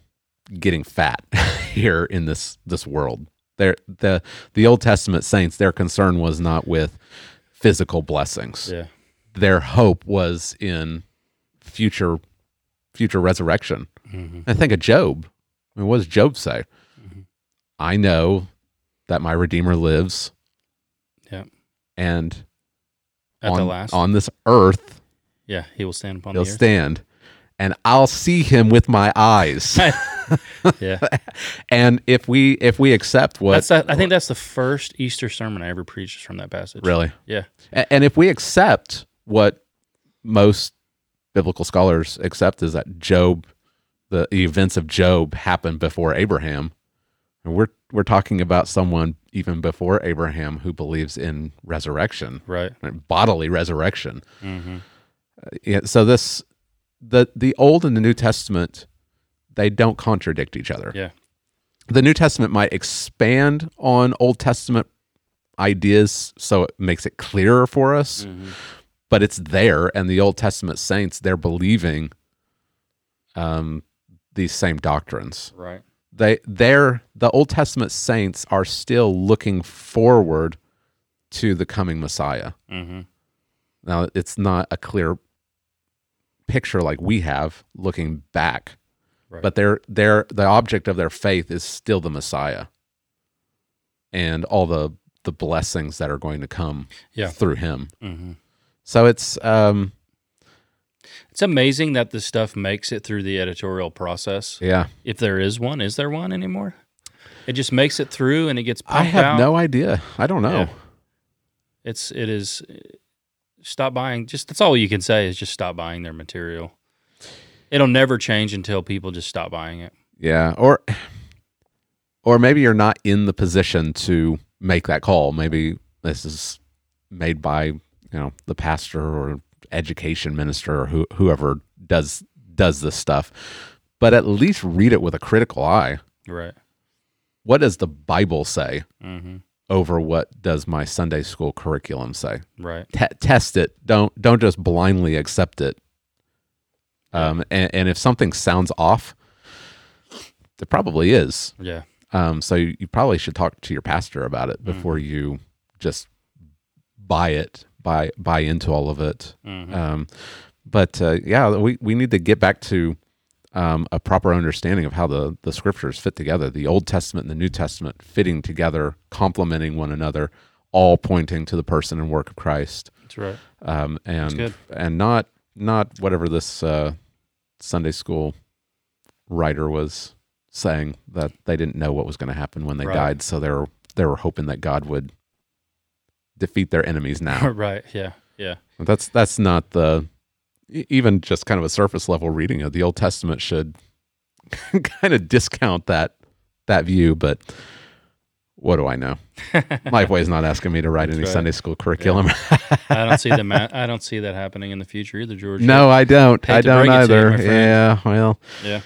getting fat here in this this world. Their the the Old Testament saints their concern was not with physical blessings.
Yeah.
Their hope was in future future resurrection.
hmm
I think of Job. I mean, what does Job say?
Mhm.
I know that my Redeemer lives.
Yeah.
And
At
on,
the last.
on this earth,
yeah. He will stand upon
he'll
the earth.
stand. And I'll see him with my eyes.
yeah.
and if we if we accept what
That's that, I think that's the first Easter sermon I ever preached is from that passage.
really
Yeah.
A- and if we accept what most biblical scholars accept is that Job the events of Job happened before Abraham. And we're we're talking about someone even before Abraham who believes in resurrection.
Right.
right, bodily resurrection. Uh,
hmm
Yeah, so this the the Old and the New Testament they don't contradict each other.
Yeah.
The New Testament might expand on Old Testament ideas so it makes it clearer for us, but it's there and the Old Testament saints they're believing um these same doctrines
Right.
they they're the Old Testament saints are still looking forward to the coming Messiah.
hmm
Now it's not a clear picture like we have looking back,
Right.
but their their the object of their faith is still the Messiah and all the the blessings that are going to come
Yeah.
through him.
hmm
So it's um
It's amazing that this stuff makes it through the editorial process.
yeah.
If there is one, is there one anymore? It just makes it through and it gets pumped
I have
out.
no idea. I don't know.
Yeah. It's it is uh, stop buying. Just that's all you can say is just stop buying their material. It'll never change until people just stop buying it.
Yeah, or or maybe you're not in the position to make that call. Maybe this is made by you know the pastor or education minister or who, whoever does does this stuff. But at least read it with a critical eye.
Right.
What does the Bible say
hmm
over what does my Sunday school curriculum say?
Right.
Te- test it. Don't don't just blindly accept it. Um, and, and if something sounds off, it probably is.
Yeah.
Um, so you, you probably should talk to your pastor about it before you just buy it, buy buy into all of it.
Mhm.
Um, but uh, yeah, we, we need to get back to um, a proper understanding of how the the scriptures fit together, the Old Testament and the New Testament fitting together, complementing one another, all pointing to the person and work of Christ,
That's right.
um, and
good.
and not not whatever this uh, Sunday school writer was saying that they didn't know what was going to happen when they
Right.
died, so they were they were hoping that God would defeat their enemies now.
right. Yeah. Yeah.
that's that's not the e- even just kind of a surface level reading of the Old Testament should kind of discount that that view, but what do I know? Lifeway is not asking me to write any
right.
Sunday school curriculum.
I don't see the ma- I don't see that happening in the future either, George.
no, I don't.
Hate
I
to bring
don't
it to you,
either.
my friend.
yeah, well,
Yeah.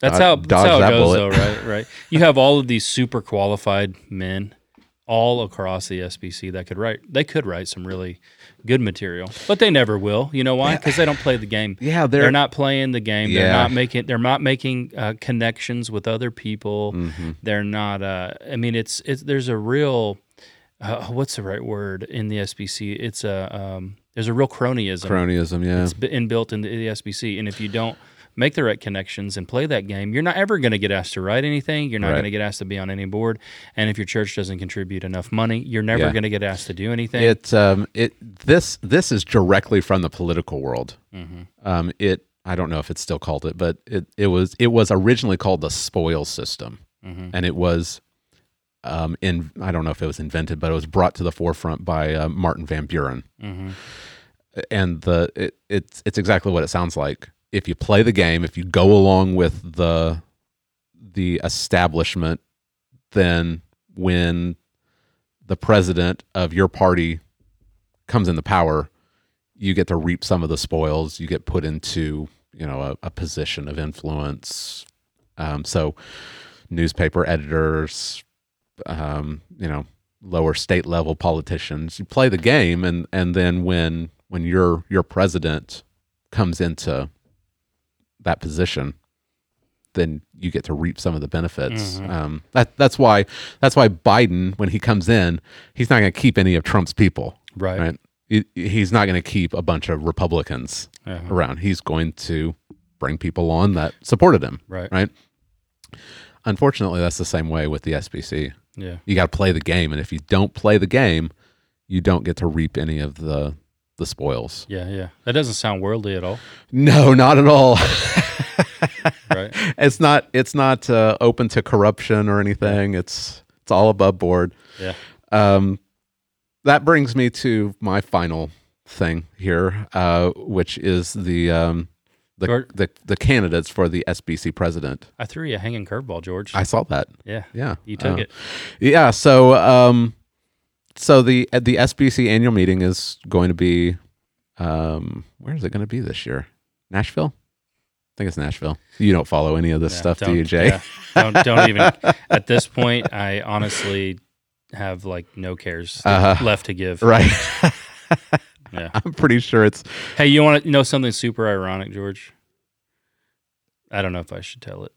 That's
Dod-
how that's
dodge
how it
that
goes
bullet.
though, right? Right. You have all of these super qualified men all across the SBC that could write they could write some really good material. But they never will. You know why? Cuz they don't play the game.
yeah,
They're,
they're,
not playing the game. They're
Yeah.
not making they're not making uh, connections with other people.
Mhm.
They're not uh I mean it's it's there's a real uh, what's the right word in the SBC? It's a um there's a real cronyism
cronyism. Yeah,
it's b- inbuilt into the SBC. And if you don't make the right connections and play that game, you're not ever going to get asked to write anything. You're not
Right.
going to get asked to be on any board. And if your church doesn't contribute enough money, you're never
Yeah.
going to get asked to do anything.
It um it this this is directly from the political world.
Mhm.
Um it I don't know if it's still called it, but it it was it was originally called the spoil system,
Mhm.
and it was um in I don't know if it was invented, but it was brought to the forefront by uh, Martin Van Buren,
Mhm.
and the it, it's it's exactly what it sounds like. If you play the game, if you go along with the the establishment, then when the president of your party comes into power, you get to reap some of the spoils. You get put into you know a, a position of influence. Um, so, newspaper editors, um, you know, lower state level politicians. You play the game, and and then when when your your president comes into that position, then you get to reap some of the benefits. Um, that that's why that's why Biden, when he comes in, he's not going to keep any of Trump's people.
Right.
He- he's not going to keep a bunch of Republicans
Uh-huh.
around. He's going to bring people on that supported him.
Right.
Right. Unfortunately, that's the same way with the SBC.
Yeah.
You got to play the game, and if you don't play the game, you don't get to reap any of the the spoils.
Yeah. Yeah. That doesn't sound worldly at all.
No, not at all.
Right.
it's not it's not uh, open to corruption or anything. It's it's all above board.
yeah.
Um, that brings me to my final thing here, uh, which is the um, the,
George-
the the candidates for the SBC president.
I threw you a hanging curveball, George.
I saw that.
yeah.
Yeah,
You took
Uh,
it.
Yeah. So um, so the at the SBC annual meeting is going to be um, where is it going to be this year? Nashville. I think it's Nashville. You don't follow any of this
Yeah,
stuff, do
don't-
you, Jay?
yeah. don't, don't even. At this point, I honestly have like no cares
Uh-huh.
left to give.
Right.
Yeah.
I'm pretty sure it's
Hey, you want to know something super ironic, George? I don't know if I should tell it.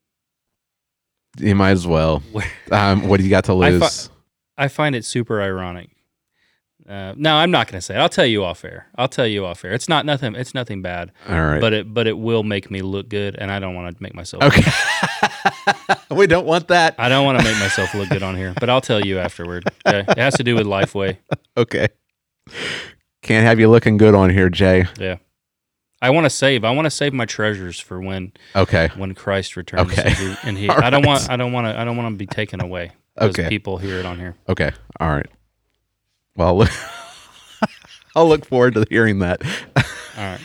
you might as well.
Where-
Um, what do you got to
I fi-
lose?
I find it super ironic. Uh, no, I'm not going to say it. I'll tell you off air. I'll tell you off air. It's not nothing. It's nothing bad,
All right.
but it but it will make me look good, and I don't want to make myself.
okay. we don't want that.
I don't want to make myself look good on here, but I'll tell you afterward. Okay? It has to do with Lifeway.
Okay. Can't have you looking good on here, Jay.
Yeah, I want to save. I want to save my treasures for when
Okay.
when Christ returns.
Okay.
And he, and he
All
I don't
right.
want. I don't want to. I don't want to be taken away. 'cause
Okay.
People hear it on here.
Okay. All right. Well, look, I'll look forward to hearing that.
All right.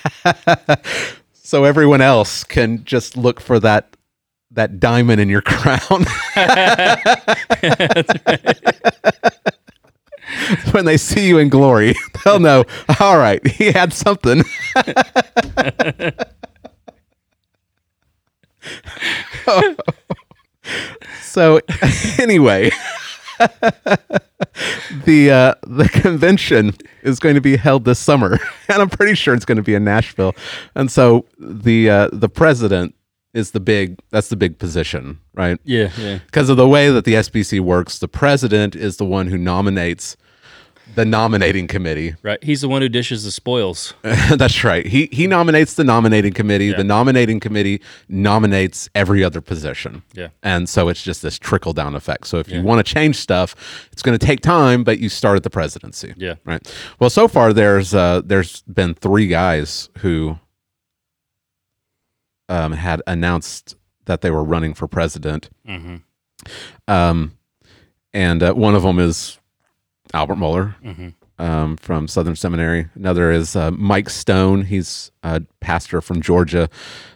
So everyone else can just look for that that diamond in your crown when they see you in glory. They'll know. All right, he had something. so anyway the uh, the convention is going to be held this summer, and I'm pretty sure it's going to be in Nashville. And so the uh, the president is the big that's the big position, right?
Yeah. Yeah.
Because of the way that the SBC works, the president is the one who nominates the nominating committee.
Right. He's the one who dishes the spoils.
Uh, that's right. He he nominates the nominating committee.
Yeah.
The nominating committee nominates every other position.
Yeah.
And so it's just this trickle down effect. So if you want to change stuff, it's going to take time, but you start at the presidency.
Yeah.
Right. Well, so far there's uh, there's been three guys who um, had announced that they were running for president.
Mm-hmm.
Um, and uh, one of them is Albert Mueller
Mhm.
um, from Southern Seminary. Another is uh, Mike Stone. He's a pastor from Georgia,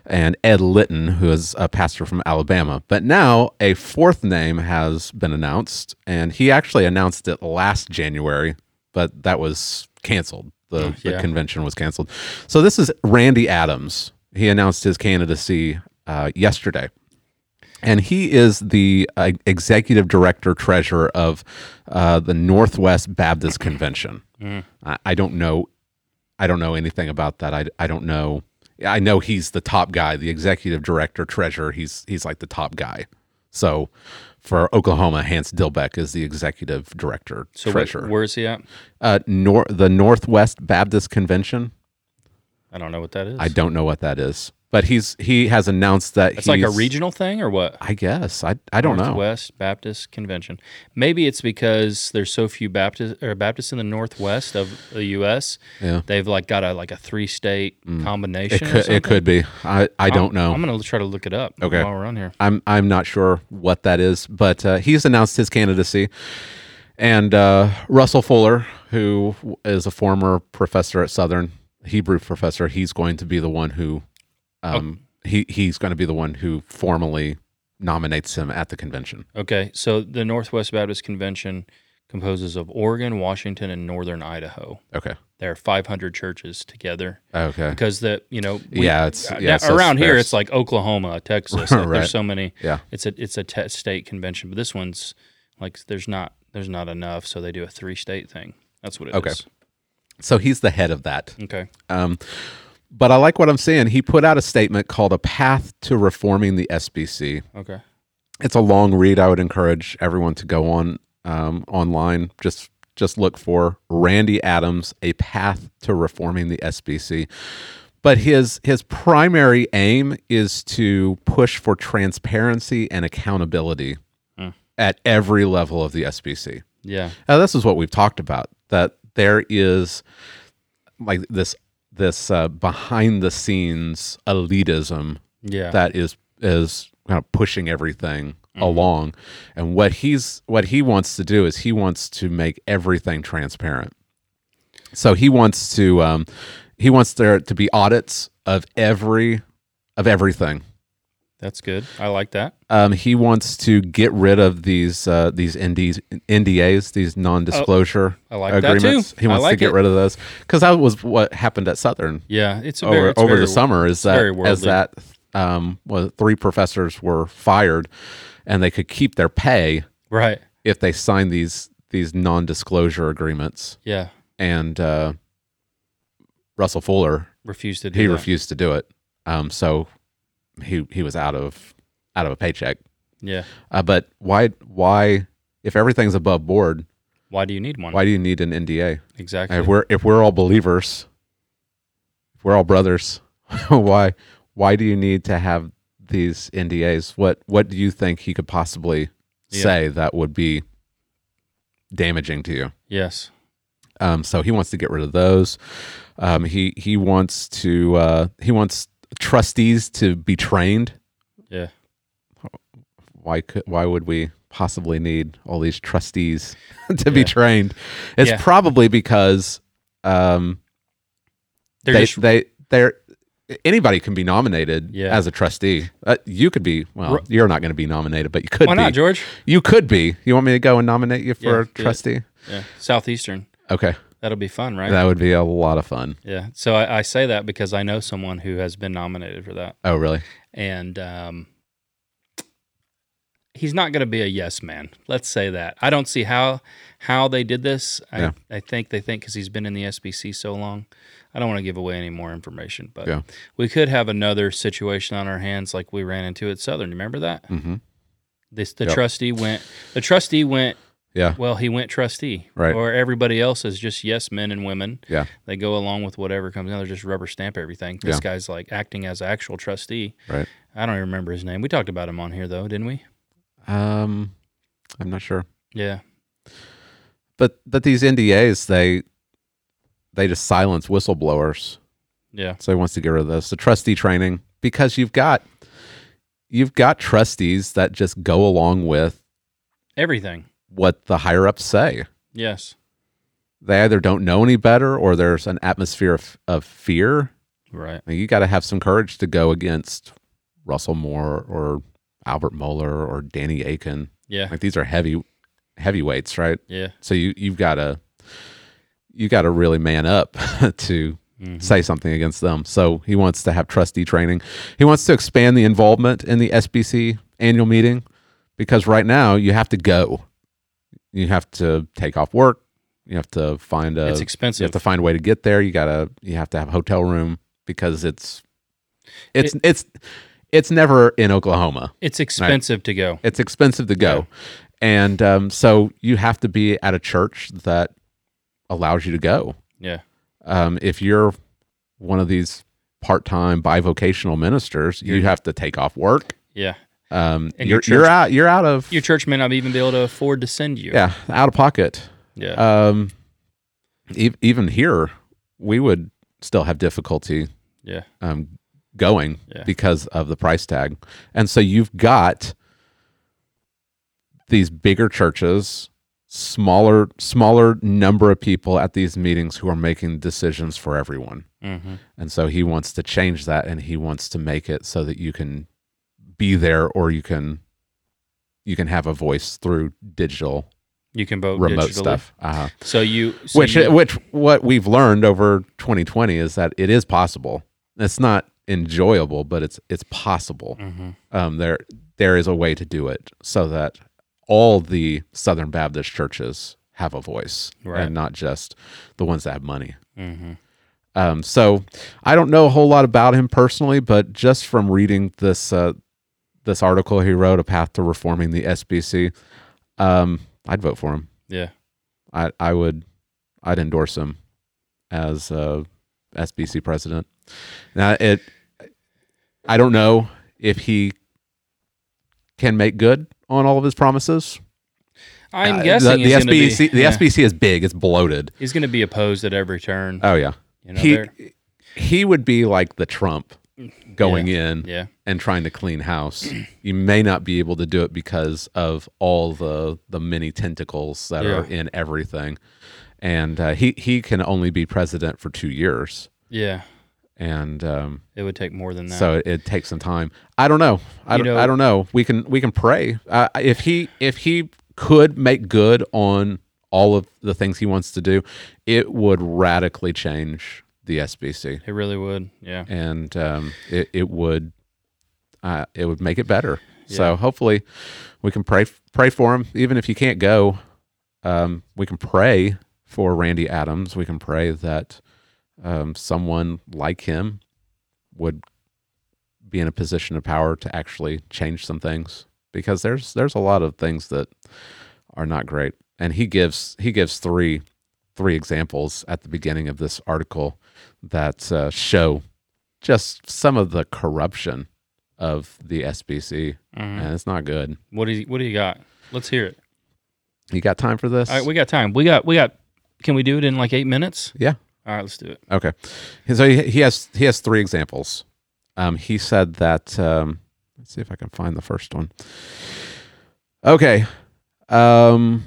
and Ed Litton, who is a pastor from Alabama. But now a fourth name has been announced, and he actually announced it last January, but that was canceled. The,
yeah.
the convention was canceled. So this is Randy Adams. He announced his candidacy uh, yesterday and he is the uh, executive director treasurer of uh, the Northwest Baptist Convention.
Mm.
I, I don't know, I don't know anything about that. I, I don't know. I know he's the top guy, the executive director treasurer. He's he's like the top guy. So for Oklahoma, Hans Dilbeck is the executive director
So wh-
treasurer.
where is he at?
uh, nor- the Northwest Baptist Convention.
I don't know what that is.
I don't know what that is, but he's he has announced that
It's like a
he's-
regional thing or what?
I guess I I don't know.
Northwest Baptist Convention. Maybe it's because there's so few Baptist or Baptists in the Northwest of the U.S.
Yeah. Mm.
They've like got a like a three state combination.
It could, it could be. I, I don't know.
I'm gonna try to look it up.
Okay.
While we're on here.
I'm I'm not sure what that is, but uh, he's announced his candidacy, and uh, Russell Fuller, who is a former professor at Southern Hebrew professor, he's going to be the one who,
Oh.
um, he he's going to be the one who formally nominates him at the convention.
Okay. So the Northwest Baptist Convention composes of Oregon, Washington, and northern Idaho.
Okay.
There are 500 churches together
Okay.
because the you know
Yeah, it's-
uh,
yeah,
now-
it's so
around here
sparse.
it's like Oklahoma, Texas. like,
Right.
There's so many.
Yeah.
It's a it's a te- state convention, but this one's like there's not there's not enough, so they do a three state thing. That's what it is.
Okay. So he's the head of that.
Okay.
Um, but I like what I'm seeing. He put out a statement called A Path to Reforming the SBC.
Okay.
It's a long read. I would encourage everyone to go on um, online. Just just look for Randy Adams, A Path to Reforming the SBC. But his his primary aim is to push for transparency and accountability at every level of the SBC.
Yeah.
Now, this is what we've talked about that there is like this this uh, behind the scenes elitism
Yeah.
that is is kind of pushing everything
Mm-hmm.
along and what he's what he wants to do is he wants to make everything transparent so he wants to um, he wants there to be audits of every of everything
That's good. I like that.
um, he wants to get rid of these uh, these NDs, NDAs, these non-disclosure
Oh, I like that
agreements.
too.
He
I
wants to
like
get
it.
rid of those because that was what happened at Southern
Yeah. It's a very,
over
it's
over
very-
the summer. Is
very
that as
worldly.
that um, well, three professors were fired, and they could keep their pay
Right.
if they signed these these non-disclosure agreements.
Yeah.
And uh, Russell Fuller
Refuse to do
he
that.
refused to do it, um, so he he was out of out of a paycheck.
Yeah.
Uh, but why? Why? If everything's above board,
Why do you need one?
why do you need an NDA?
exactly.
If we're if we're all believers, if we're all brothers, why why do you need to have these NDAs? What what do you think he could possibly
Yeah.
say that would be damaging to you?
yes.
Um, so he wants to get rid of those. Um, he he wants to uh, he wants trustees to be trained
Yeah.
why could why would we possibly need all these trustees to be
Yeah.
trained? It's
Yeah.
probably because um,
They're
they
just
they they're anybody can be nominated
Yeah.
as a trustee. Uh, you could be well,
Ru-
you're not going to be nominated, but you could
why
be.
not, George?
You could be. You want me to go and nominate you for
Yeah,
a
do it.
trustee?
Yeah. Southeastern.
Okay,
That'll be fun, right?
that would be a lot of fun.
yeah. So I, I say that because I know someone who has been nominated for that.
Oh, really?
and um, he's not going to be a yes man. Let's say that. I don't see how how they did this. I,
Yeah.
I think they think because he's been in the SBC so long. I don't want to give away any more information, but
Yeah.
we could have another situation on our hands like we ran into at Southern. You remember that?
Mhm.
This the
Yep.
trustee went. The trustee went.
Yeah,
Well, he went trustee,
Right.
Or everybody else is just yes men and women.
yeah,
They go along with whatever comes in. They just rubber stamp everything. This
Yeah.
guy's like acting as actual trustee.
right.
I don't even remember his name. We talked about him on here though, didn't we?
Um, I'm not sure.
Yeah.
But but these NDAs they they just silence whistleblowers.
Yeah.
So he wants to get rid of this. The trustee training because you've got you've got trustees that just go along with
Everything.
what the higher ups say.
Yes.
They either don't know any better or there's an atmosphere of, of fear.
Right.
I mean, you got to have some courage to go against Russell Moore or Albert Moeller or Danny Aiken.
Yeah.
Like these are heavy heavyweights, right?
Yeah.
So you you've got to you got to really man up to
Mm-hmm.
say something against them. So he wants to have trustee training. He wants to expand the involvement in the SBC annual meeting because right now you have to go. You have to take off work. You have to find a
It's
you
expensive.
have to find a way to get there. You gotta you have to have a hotel room because it's it's it's it's never in Oklahoma
it's expensive to go.
it's expensive to go and um, so you have to be at a church that allows you to go
Yeah.
um, if you're one of these part-time bivocational ministers you have to take off work
Yeah.
um,
And
you're,
your
you're
church-
out you're out of
Your church may not even be able to afford to send you.
yeah out of pocket
Yeah.
um, e- even here we would still have difficulty
yeah.
um, going
Yeah.
because of the price tag. And so you've got these bigger churches, smaller smaller number of people at these meetings who are making decisions for everyone.
hmm
And so he wants to change that and he wants to make it so that you can be there or you can you can have a voice through digital
You can vote
remote
Oh, digitally.
stuff. Uh-huh.
So you, so
which uh,
you-
which what we've learned over 2020 is that it is possible. It's not enjoyable, but it's it's possible.
Mm-hmm.
Um, there there is a way to do it so that all the Southern Baptist churches have a voice
Right.
and not just the ones that have money.
mm-hmm.
Um, so I don't know a whole lot about him personally, but just from reading this uh, this article he wrote, "A Path to Reforming the SBC," um, I'd vote for him.
yeah,
I I would I'd endorse him as uh, SBC president. Now it I don't know if he can make good on all of his promises.
I'm
Uh, the-
guessing
the,
he's gonna be-
SBC the
yeah.
SBC is big. It's bloated.
He's going to be opposed at every turn.
Oh yeah,
You know,
he
they're- Mm.
he would be like the Trump going in
yeah,
and trying to clean house. you may not be able to do it because of all the the many tentacles that are
Yeah.
in everything. And uh, he he can only be president for two years,
yeah.
and um,
It would take more than that.
so it, it takes some time. I don't know. I
You
don't,
know-
I don't know. We can we can pray. Uh, if he if he could make good on all of the things he wants to do, it would radically change the SBC,
it really would. Yeah.
and um, it it would uh, it would make it better. So hopefully, we can pray pray for him. Even if you can't go, um, we can pray for Randy Adams. We can pray that um, someone like him would be in a position of power to actually change some things because there's there's a lot of things that are not great. And he gives he gives three three examples at the beginning of this article that uh, show just some of the corruption of the SBC,
Mm.
and it's not good.
Mm-hmm. What do you, What do you got? Let's hear it.
You got time for this?
All right, we got time. We got. We got. Can we do it in like eight minutes?
yeah.
All right, let's do it.
Okay. So he, he has he has three examples. Um, he said that. Um, let's see if I can find the first one. Okay. Um,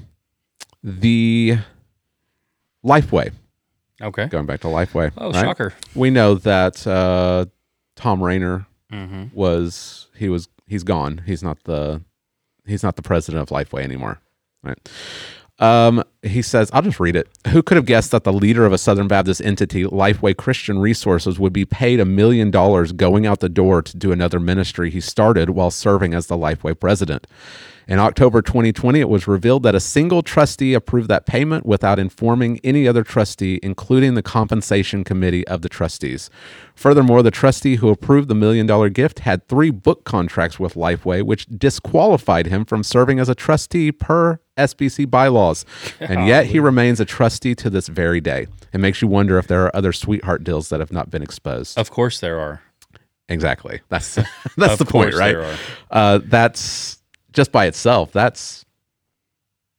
the Lifeway.
Okay.
Going back to Lifeway.
Oh,
right?
shocker.
We know that uh, Tom Rayner
Mm-hmm.
was he was he's gone. He's not the he's not the president of Lifeway anymore. Right. Um, he says, I'll just read it. Who could have guessed that the leader of a Southern Baptist entity, Lifeway Christian Resources, would be paid a million dollars going out the door to do another ministry he started while serving as the Lifeway president? In October 2020, it was revealed that a single trustee approved that payment without informing any other trustee, including the compensation committee of the trustees. Furthermore, the trustee who approved the million dollar gift had three book contracts with Lifeway, which disqualified him from serving as a trustee per SBC bylaws. And yet he remains a trustee to this very day. It makes you wonder if there are other sweetheart deals that have not been exposed.
Of course there are.
Exactly. That's that's
Of
the point,
course
right?
there are.
Uh, that's just by itself. That's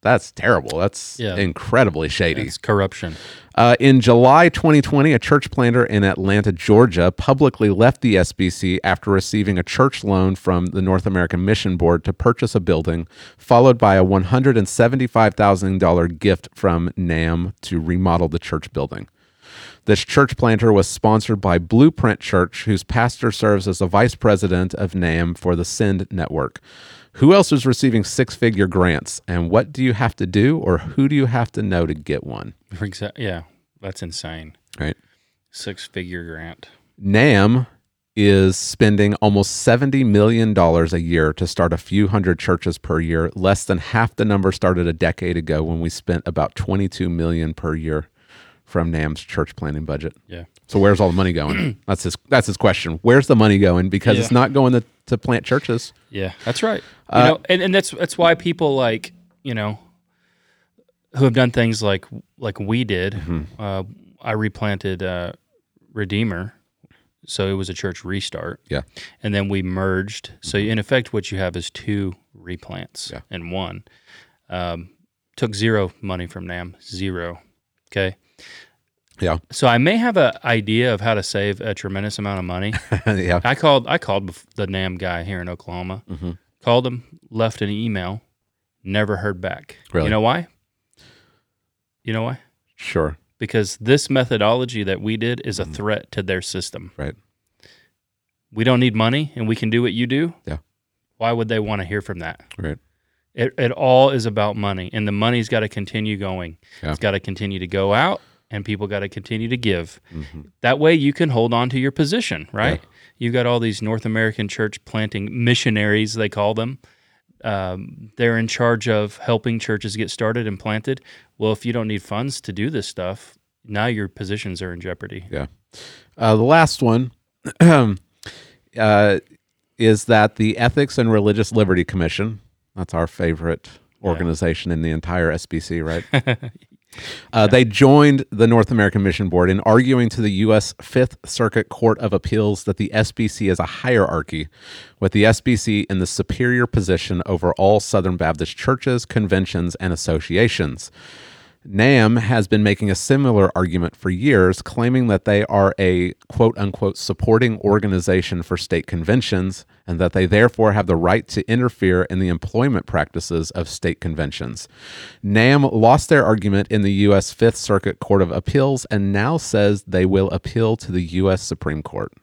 that's terrible. That's
Yeah.
incredibly shady.
It's corruption.
Uh, in July 2020, a church planter in Atlanta, Georgia, publicly left the SBC after receiving a church loan from the North American Mission Board to purchase a building, followed by a $175,000 gift from NAM to remodel the church building. This church planter was sponsored by Blueprint Church, whose pastor serves as the vice president of NAM for the Send Network. Who else is receiving six figure grants? And what do you have to do or who do you have to know to get one?
For exa- yeah, that's insane.
Right.
Six figure grant.
NAM is spending almost $70 million a year to start a few hundred churches per year, less than half the number started a decade ago when we spent about 22 million per year from NAM's church planning budget.
Yeah.
So where's all the money going? that's his that's his question. Where's the money going? Because it's
Yeah.
not going to, to plant churches.
Yeah, that's right. You
Uh,
know, and, and that's that's why people like you know who have done things like like we did.
Mm-hmm.
Uh, I replanted uh, Redeemer, so it was a church restart,
Yeah.
and then we merged. So in effect, what you have is two replants
Mm-hmm. Yeah.
in one. Um, took zero money from Nam, zero. Okay,
Yeah.
so I may have an idea of how to save a tremendous amount of money.
yeah.
I called. I called bef- the Nam guy here in Oklahoma.
Mm-hmm.
Called him, left an email, never heard back.
Really?
You know why? You know why?
Sure.
Because this methodology that we did is a
Mm-hmm.
threat to their system.
Right.
We don't need money, and we can do what you do.
Yeah.
Why would they want to hear from that?
Right.
It, it all is about money, and the money's got to continue going.
Yeah.
It's got to continue to go out, and people got to continue to give.
Mm-hmm.
That way, you can hold on to your position, right? You've got all these North American church planting missionaries, they call them. Um, they're in charge of helping churches get started and planted. Well, if you don't need funds to do this stuff, now your positions are in jeopardy.
Yeah. Uh, the last one uh, is that the Ethics and Religious Liberty Commission, that's our favorite organization in the entire SBC, right? uh, They joined the North American Mission Board in arguing to the U.S. Fifth Circuit Court of Appeals that the SBC is a hierarchy, with the SBC in the superior position over all Southern Baptist churches, conventions, and associations. NAM has been making a similar argument for years, claiming that they are a quote unquote supporting organization for state conventions and that they therefore have the right to interfere in the employment practices of state conventions. NAM lost their argument in the U.S. Fifth Circuit Court of Appeals and now says they will appeal to the U.S. Supreme Court.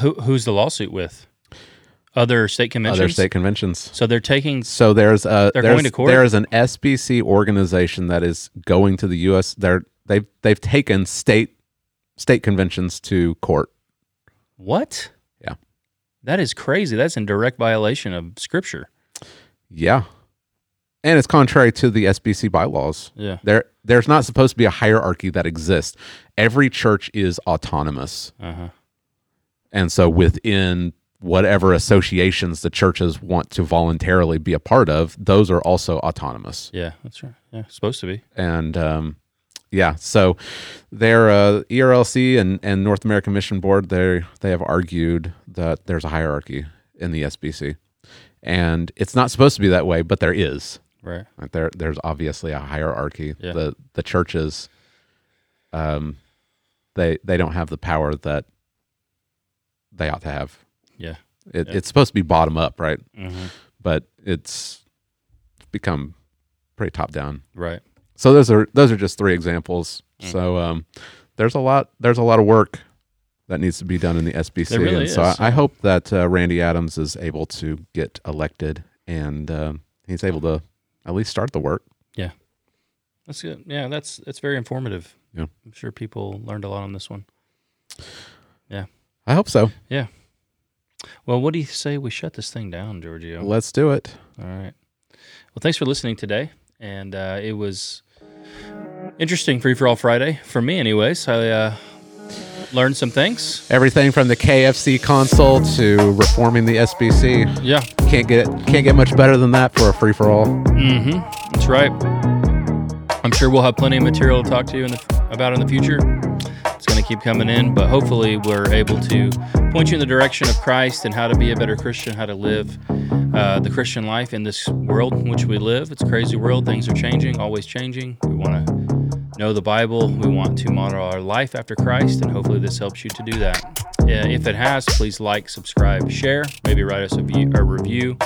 Who, who's the lawsuit with? Other state conventions.
Other state conventions.
So they're taking.
So there's a
They're
there's,
going to court?
there is an SBC organization that is going to the U.S. They're they've they've taken state state conventions to court.
What?
Yeah.
That is crazy. That's in direct violation of scripture.
Yeah, and it's contrary to the SBC bylaws.
Yeah.
There there's not supposed to be a hierarchy that exists. Every church is autonomous,
Uh huh.
and so within whatever associations the churches want to voluntarily be a part of, those are also autonomous.
Yeah, that's right. Yeah, supposed to be.
and um, yeah, so their uh, ERLC and, and North American Mission Board they they have argued that there's a hierarchy in the SBC, and it's not supposed to be that way, but there is.
Right.
Like there there's obviously a hierarchy.
Yeah.
The the churches, um, they they don't have the power that they ought to have.
Yeah.
It, It's supposed to be bottom up, right?
hmm
But it's become pretty top down
Right.
so those are those are just three examples
Mm.
so um, there's a lot there's a lot of work that needs to be done in the SBC
There really
and so I,
is.
I hope that uh, Randy Adams is able to get elected and um, he's able to at least start the work
That's good. Yeah, that's that's very informative.
Yeah.
I'm sure people learned a lot on this one.
I hope so
Yeah. Well, what do you say we shut this thing down, Giorgio?
let's do it
All right. Well, thanks for listening today. And uh, it was interesting Free for All Friday, for me, anyways. I uh, learned some things.
everything from the KFC console to reforming the SBC
Yeah,
can't get can't get much better than that for a free for all
that's right. I'm sure we'll have plenty of material to talk to you in the, about in the future. It's going to keep coming in, but hopefully, we're able to point you in the direction of Christ and how to be a better Christian, how to live uh, the Christian life in this world in which we live. It's a crazy world. Things are changing, always changing. We want to know the Bible. We want to model our life after Christ, and hopefully, this helps you to do that. Yeah, if it has, please like, subscribe, share, maybe write us a, view, a review.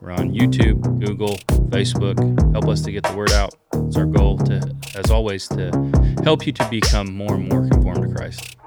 We're on YouTube, Google, Facebook. Help us to get the word out. It's our goal to, as always, to help you to become more and more conformed to Christ.